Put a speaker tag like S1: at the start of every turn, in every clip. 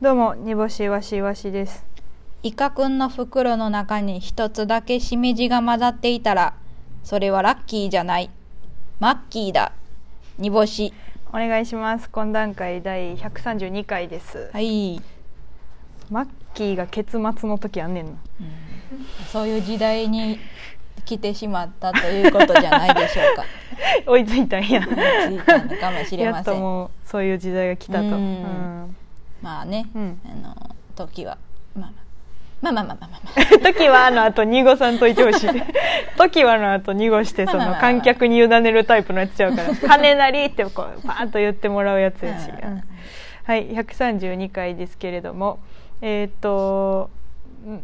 S1: どうも煮干しわしわしです
S2: イカくんの袋の中に一つだけしめじが混ざっていたら、それはラッキーじゃない。マッキーだ。煮干し。
S1: お願いします懇談会第132回です、
S2: はい。
S1: マッキーが結末の時あんねん な
S2: そういう時代に来てしまったということじゃないでしょ うか。
S1: 追いついたんや
S2: 追いついたのかもしれ
S1: や
S2: ま
S1: っ
S2: せ
S1: と
S2: ん。
S1: もうそういう時代が来たと
S2: うん
S1: うん
S2: まあね、
S1: うん
S2: あの時は、まあまあ、まあまあまあまあまあ、
S1: 時はの後濁さんといてほ しい時はの後濁してそ
S2: まあ
S1: の
S2: まあまあ
S1: 観客に委ねるタイプのやつちゃう から「金なり!」ってこうパーンと言ってもらうやつやし、
S2: う
S1: うんんはい132回ですけれどもえーっと、うん、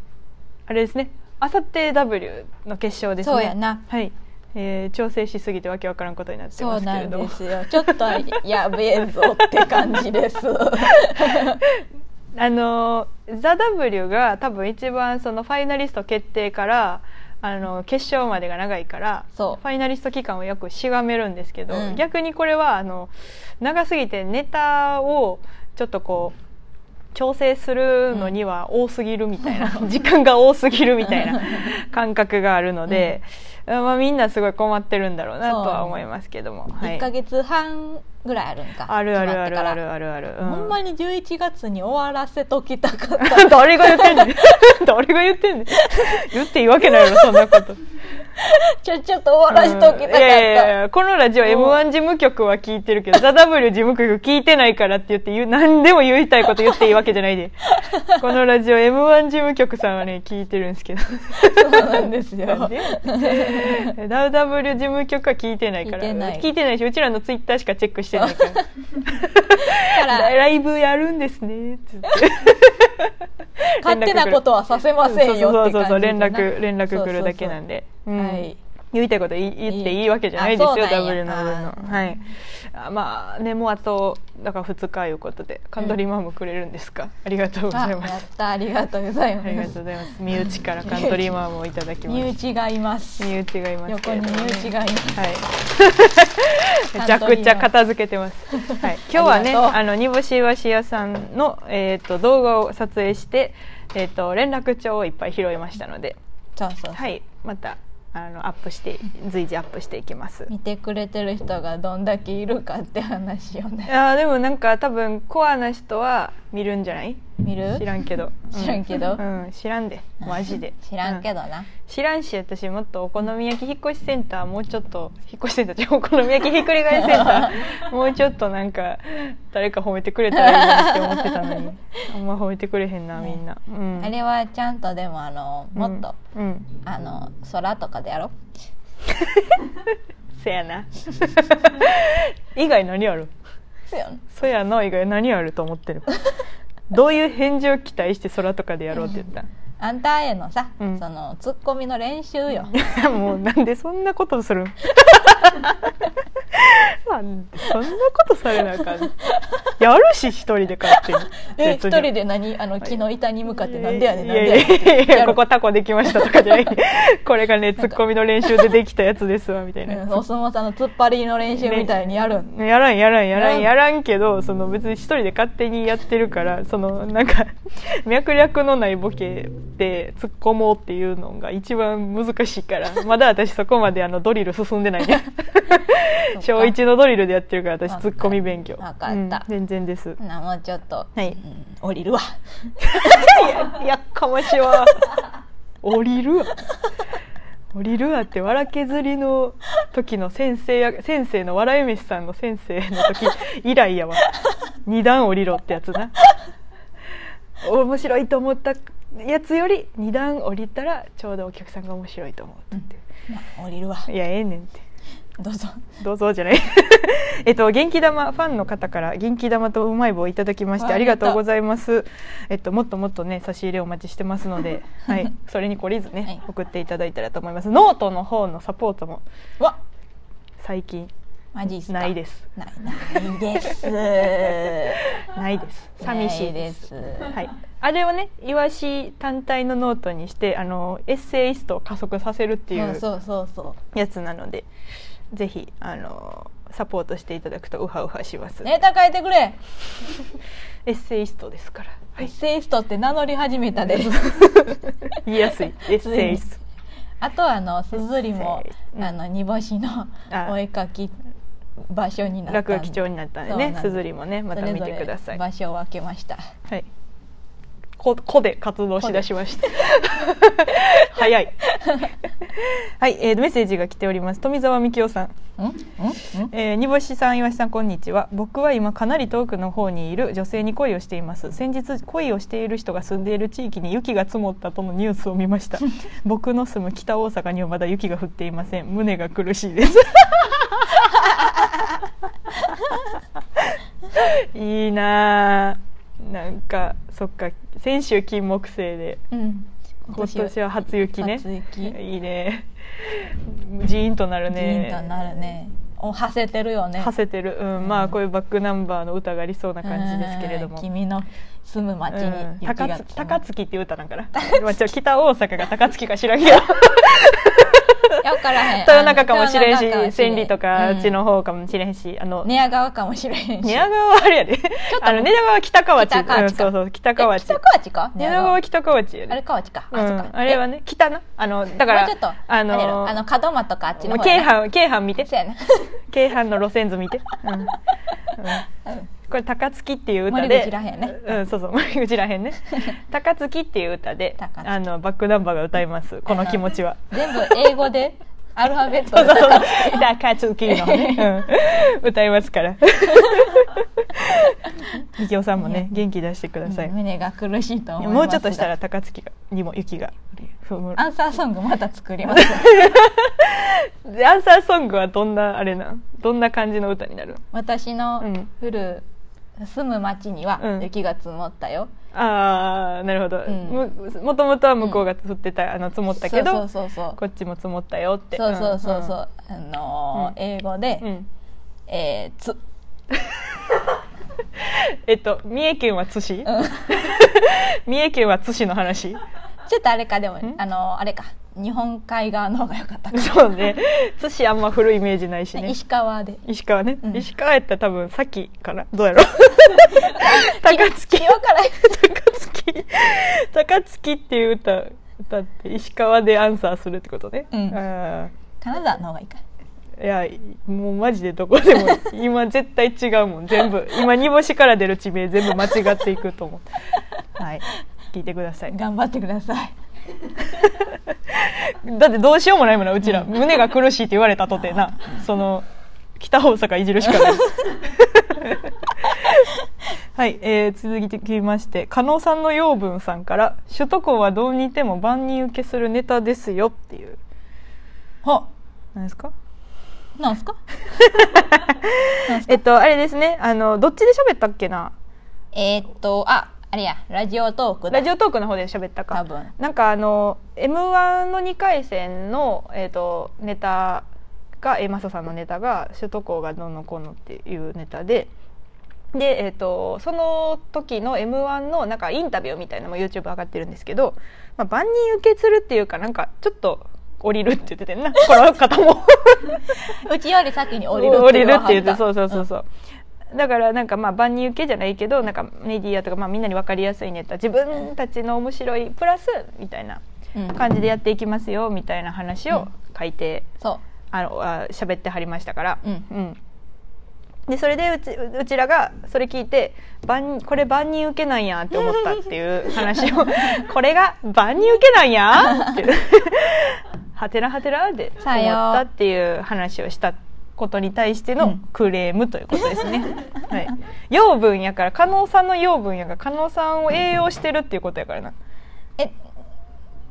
S1: あれですねあさって W の決勝ですね
S2: そうやな
S1: はい、えー調整しすぎてわけわからんことになって
S2: そ
S1: ま
S2: う
S1: すけ
S2: な
S1: れ
S2: ん
S1: ども
S2: ですよ。ちょっとやべえぞって感 じです。
S1: あの「ザ・ w が多分一番そのファイナリスト決定からあの決勝までが長いから
S2: そう
S1: ファイナリスト期間をよくしがめるんですけど、
S2: うん
S1: 逆にこれはあの長すぎてネタをちょっとこう調整するのには多すぎるみたいな、 時間が多すぎるみたいな感覚があるので、まあ、みんなすごい困ってるんだろうなとは思いますけども。は
S2: 一
S1: い
S2: ヶ月半ぐらいあるんか。
S1: あるあるあるあ
S2: 決まってから
S1: るあるある、う
S2: ほんまに11月に終わらせときたかっ た
S1: 誰が言ってんねん誰が言ってんねん言っていいわけない やろそんなこと
S2: ちょちょっと終わらせときたかった、
S1: いやいやいやこのラジオ m 1事務局は聞いてるけど「ザ・ w 事務局聞いてないからって言って言う何でも言いたいこと言っていいわけじゃない でこのラジオ m 1事務局さんはね聞いてるんです けど
S2: そうなんですよ
S1: なんでダウ W 事務局は聞いてないから
S2: 聞いてない
S1: 聞いてないしうちらのツイッターしかチェックしてない から
S2: だから
S1: ライブやるんですねって 言って
S2: 勝手なことはさせませんよって感じ
S1: そうそうそうそう
S2: で
S1: 連
S2: な
S1: 絡連絡来るだけなんで
S2: そうそう
S1: うん
S2: そうはい
S1: 言いたいこと言い言っていいわけじゃないですよ
S2: あそうなんや
S1: W の分
S2: あ
S1: のはいあまあねもうあとだから2日いうことでカントリーマームくれるんですか、ありがとうございま
S2: あやっ
S1: す
S2: たありがとうござい
S1: ありがとう
S2: ます
S1: ございます身内からカントリーマームをいただきま
S2: 身
S1: す
S2: 内がいます
S1: 身内がいますけ
S2: 横
S1: れ
S2: に
S1: ども
S2: 身内がいます
S1: はい。
S2: ー
S1: めちゃくちゃ片付けて ます。はい。今日はね、
S2: ありがとう
S1: あの煮干しわし屋さんのえっ、と動画を撮影して、えっ、と連絡帳をいっぱい拾いましたので、
S2: そうそうそう、
S1: はい。またあのアップして随時アップしていきます。
S2: 見てくれてる人がどんだけいるかって話をね
S1: あーでもなんか多分コアな人は見るんじゃない？
S2: 見る
S1: 知らんけど。う
S2: 知らんけど
S1: うん、知らんで、マジで。
S2: 知らんけ
S1: ど。
S2: どな、
S1: 知らんし私もっとお好み焼き引っ越しセンターもうちょっと引っ越しセンターじゃお好み焼きひっくり返しセンタ ーもうちょっとなんか誰か褒めてくれたらいいなって思ってたの にあんま褒めてくれへんなみんな、うん、
S2: あれはちゃんとでもあのもっと、
S1: うん、うん
S2: あの空とかでやろう
S1: せや な 以外何ある
S2: そうよね
S1: そやな以外何あると思ってるどういう返事を期待して空とかでやろうって言ったん
S2: あんたへのさ、
S1: うん
S2: そのツッコミの練習 よ
S1: いやもうなんでそんなことするん なんでそんなことされなあかんやるし一人で勝手に
S2: え
S1: 別
S2: 一
S1: に
S2: 人で何あの木の板に向かってなんでやねん
S1: い
S2: なんで
S1: や
S2: やねんっ
S1: いやい
S2: て
S1: や
S2: やろ
S1: こ
S2: う
S1: こタコできましたとかじゃない これがねツッコミの練習でできたやつですわみたいな
S2: うんお相撲さんの突っ張りの練習みたいにやるん、
S1: やらんやらんやらんや
S2: や
S1: らんけどその別に一人で勝手にやってるからそのなんか 脈略のないボケで突っ込もうっていうのが一番難しいからまだ私そこまであのドリル進んで ないね
S2: そっか
S1: 小一のドリルでやってるから私
S2: わか
S1: ツッコミ勉強
S2: わかった
S1: うん全然です
S2: なもうちょっと、
S1: はい
S2: うん降りるわ
S1: い やっかましは降りるわ降りるわって笑削りの時の先生や先生の笑い飯さんの先生の時以来やわ二段降りろってやつな面白いと思ったやつより二段降りたらちょうどお客さんが面白いと思うとって、
S2: ま降りるわ
S1: いやええねんって
S2: どうぞ
S1: どうぞじゃない えっと元気玉ファンの方から元気玉とうまい棒をいただきまして
S2: わあ
S1: ありがとうございますえっともっともっとね差し入れお待ちしてますのではいそれに懲りずね、
S2: はい
S1: 送っていただいたらと思いますノートの方のサポートも
S2: わ
S1: 最近
S2: マジっすか
S1: ないですす
S2: ないないです
S1: ないです 寂しいです
S2: ないです
S1: はいあれをねイワシ単体のノートにしてあのエッセイストを加速させるっていう
S2: そうそうそうそ
S1: やつなのでぜひあのサポートしていただくとウハウハします、
S2: うネタ書いてくれ
S1: エッセイストですから
S2: エッセイストって名乗り始 めたです。
S1: 言いやすいエッセイス
S2: あとはあのすずりも
S1: エッセイうん
S2: あの煮干しの
S1: あ
S2: お絵描き場所になったん
S1: 落
S2: で
S1: 書き帳になったんで
S2: そうなん
S1: ね
S2: です
S1: すずりもねまた見てください
S2: それぞれ場所を分けました。
S1: はいこ個で活動しだしました 早いはい、えー、メッセージが来ております富澤美夫さん
S2: うんうんうん。
S1: えー煮干しさん岩井さんこんにちは僕は今かなり遠くの方にいる女性に恋をしています先日恋をしている人が住んでいる地域に雪が積もったとのニュースを見ました 僕の住む北大阪にはまだ雪が降っていません胸が苦しいです いいなあなんかそっか先週金木犀で
S2: うん。
S1: 今年は初雪ね
S2: 初雪
S1: いいねジーンとなるね
S2: ジーンとなるね。おはせてるよね。
S1: はせてる、うん
S2: うん
S1: まあこういうバックナンバーの歌がありそうな感じですけれど
S2: う
S1: も
S2: ん。君の住む町に
S1: うん
S2: 雪
S1: 高
S2: が
S1: 槻
S2: 積もる
S1: 高槻っていう歌なんかなまあちょ北大阪が高槻か知らん けど
S2: いやわからへん。
S1: 豊中かもしれん
S2: あの豊中か
S1: し
S2: もしれん
S1: 千里とかあ
S2: うん
S1: っちの方かもしれんしあの
S2: 寝屋川かもしれへんし。
S1: 寝屋川はあれやで
S2: ょっと
S1: あの寝屋川は北河内
S2: 北河内
S1: うん
S2: か
S1: そうそう北河内
S2: え北河内か
S1: 寝屋川は
S2: 内
S1: 北河内や
S2: あれ
S1: で
S2: 河内か。
S1: うん
S2: あ、そっか。
S1: あれはね北なあのだか
S2: もう
S1: ら
S2: ちょっとあ
S1: あ
S2: の
S1: の
S2: あの門真とかあっちの方
S1: 京
S2: やな
S1: 阪京阪見て
S2: そうやな
S1: 京阪の路線図見て、うんうん
S2: うん
S1: これ「高槻」っていう歌で
S2: 森口らへんね
S1: うん、そうそう森口らへんね「高槻」っていう歌で
S2: 高槻
S1: あのバックナンバーが歌いますこの気持ちは。
S2: 全部英語でアルファベット
S1: そう
S2: で
S1: そうそう「高槻」のね、 うん、歌いますから。みきおさんもね元気出してください。
S2: 胸が苦しいと思います
S1: も
S2: が
S1: うちょっとしたら高槻がにも雪が降る。
S2: アンサーソングまた作ります
S1: でアンサーソングはどんなあれなんどんな感じの歌になるの
S2: 私
S1: う
S2: の
S1: ん
S2: 降る住む町に
S1: う
S2: は
S1: ん
S2: 雪が積もったよ、
S1: ああなるほど、
S2: うん
S1: ももともとは向こうが降ってた、あの積もったけど
S2: そうそうそうそう
S1: こっちも積もったよって
S2: そうそうそうそ
S1: ん
S2: う、あのー英語で、
S1: うんうん
S2: えー、つ
S1: えっと三重県は津市、 三重県は津市の話
S2: ちょっとあれかでも
S1: ん
S2: あのーあれか日本海側の方が良かったか、
S1: そうね津市あんま古いイメージないしね
S2: 石川で
S1: 石川ね、
S2: うん
S1: 石川やったら多分さっきかなど うやろ高槻
S2: 今からん
S1: 高槻高槻っていう歌歌って石川でアンサーするってことね、
S2: う
S1: あ
S2: ん
S1: ー
S2: 金沢の方がいいか
S1: いやもうマジでどこで も今絶対違うもん全部今煮干しから出る地名全部間違っていくと思うはい聞いてください
S2: 頑張ってください
S1: だってどうしようもないもんなうちら、
S2: う
S1: 胸が苦しいって言われたとてなその北大阪いじるしか ないはい、えー、続きまして加納さんの養分さんから「首都高はどうにいても万人受けするネタですよ」っていう
S2: ほ
S1: 何ですか
S2: なんすか
S1: えっとあれですねあのどっちで喋ったっけな
S2: えーっとああれやラジオトークだ
S1: ラジオトークの方で喋った
S2: 多
S1: か
S2: 分
S1: なんかあの m 1の2回戦の、えー、とネタがえマサさんのネタが「首都高がどうのこうの」っていうネタで。でえー、とその時の m 1のなんかインタビューみたいなのも YouTube 上がってるんですけど、まあ、万人受けするっていうかなんかちょっと降りるって言っててんなこの方も
S2: うちより先に降りる
S1: 降りるって言ってそううそうそうそう、だからなんかまあ万人受けじゃないけどなんかメディアとかまあみんなに分かりやすいネタ自分たちの面白いプラスみたいな
S2: うん
S1: 感じでやっていきますよみたいな話を書いて、
S2: そ
S1: あのあ喋ってはりましたから、
S2: うん
S1: でそれでうちうちらがそれ聞いて万これ万人受けなんやって思ったっていう話 をこれが万人受けなんやっていうはてらはてらで思
S2: さよう
S1: ったっていう話をしたことに対して
S2: う
S1: の
S2: ん
S1: クレームということですね、はい、養分やから加納さんの養分やから加納さんを栄養してるっていうことやからな
S2: うえ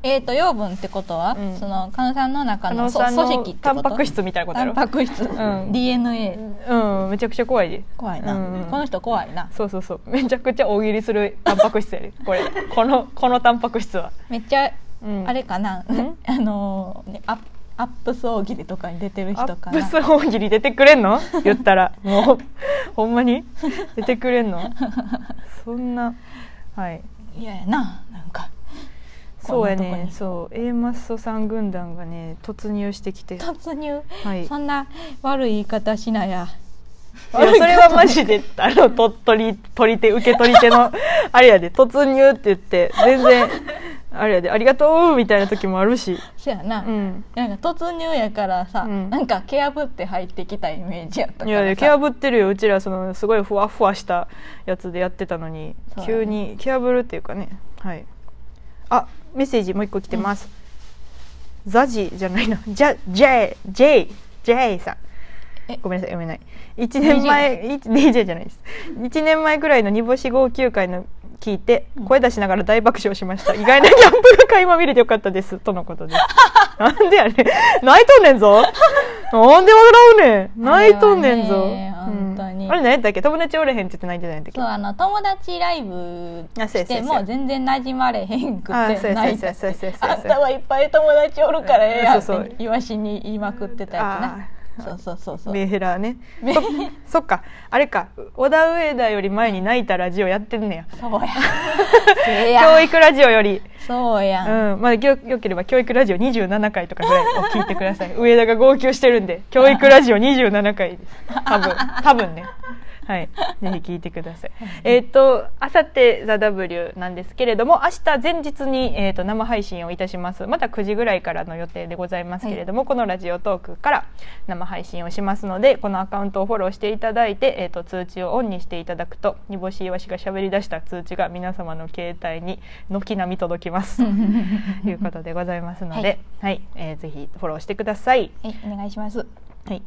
S2: えーっと養分ってことは、
S1: うん
S2: そのカノさんの中
S1: 加
S2: の
S1: 納
S2: そ
S1: さん
S2: 組織っ
S1: の
S2: てこと
S1: タンパク質みたいなこと
S2: タ
S1: やろ
S2: ンパク質、
S1: ん
S2: DNA
S1: うんめちゃくちゃ怖いで
S2: 怖いな、
S1: うん
S2: この人怖いな
S1: そうそうそうめちゃくちゃ大喜利するタンパク質やねこれこのこのタンパク質は、
S2: めっちゃ、
S1: うん
S2: あれかな、
S1: うん
S2: あのーねアップアップス大喜利とかに出てる
S1: ア
S2: 人か
S1: ッ
S2: な
S1: プス大喜利出てくれんの言ったらもうほんまに出てくれんのそんなはい
S2: いややななんか
S1: そうや
S2: こんなとこ
S1: ね
S2: に
S1: そう A マッソさん軍団がね突入してきて
S2: 突入
S1: はい
S2: そんな悪い言い方しなや
S1: いやそれはマジであ の鳥取取り手受け取り手のあれやで突入って言って全然あれやでありがとうみたいな時もあるし、
S2: そやな、
S1: うん、
S2: なんか突入やからさ、
S1: うん
S2: なんか蹴破って入ってきたイメージやったから
S1: い
S2: さ
S1: やいや蹴破ってるようちらそのすごいふわふわしたやつでやってたのに、
S2: そう
S1: 急に蹴破るっていうかねはいあメッセージもう一個来てます、ザジじゃない なジャジェイジェイジェイさん
S2: え
S1: ごめんなさい読めない1年前 DJ じゃないです1年前くらいの煮干し号泣会の聞いて
S2: うん
S1: 声出しながら大爆笑しました、意外なギャンブル会も見れてよかったですとのことですなんでやねん泣いとんねんぞなんで笑うねん泣いとんねんぞ
S2: あれはね本当に
S1: うんあれ何やったっけ友達おれへんって言って泣いてたんやったっけ
S2: そうあの友達ライブ
S1: あそうや
S2: し
S1: そうやそ
S2: て
S1: うや
S2: も全然馴染まれへんく
S1: あそう
S2: て
S1: や
S2: な
S1: そう
S2: い
S1: やそうやそうやそうや
S2: あんたはいっぱい友達おるからええやんっ
S1: そうそう
S2: てイワシに言いまくってたやつな
S1: あ
S2: そうそうそうそう
S1: メーヘラーねそそっかあれか小田上田より前に泣いたラジオやってんねや
S2: そう やせ
S1: 教
S2: や
S1: 育ラジオより
S2: そうやん、
S1: うん、まあ、よよければ教育ラジオ27回とかぐらいを聞いてください 上田が号泣してるんで教育ラジオ27回です多 分多分ねはいぜひ聞いてくださいえっとあさって「ザ・ w なんですけれども明日前日に、えー、と生配信をいたしますまた9時ぐらいからの予定でございますけれども、このラジオトークから生配信をしますのでこのアカウントをフォローしていただいて、えー、と通知をオンにしていただくと煮干しいわしが喋り出した通知が皆様の携帯に軒並み届きます。 ということでございますので、はい、えーぜひフォローしてください。
S2: はいお願いします
S1: はい。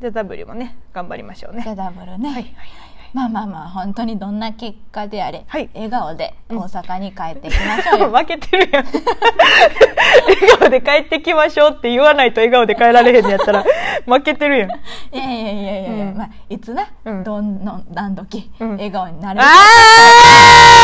S1: じゃあ W もね、頑張りましょうね。
S2: ダブルね、
S1: はいはいはい
S2: まあまあまあ本当にどんな結果であれ、
S1: はい
S2: 笑顔で大阪に帰ってきま しょうよ、
S1: 負けてるやん笑顔で帰ってきましょうって言わないと笑顔で帰られへんのやったら負けて るやんあ
S2: いやいやいやいやいや、
S1: うん
S2: まあいつな、
S1: うん
S2: どんどん何時、
S1: うん
S2: 笑顔になれるか
S1: あ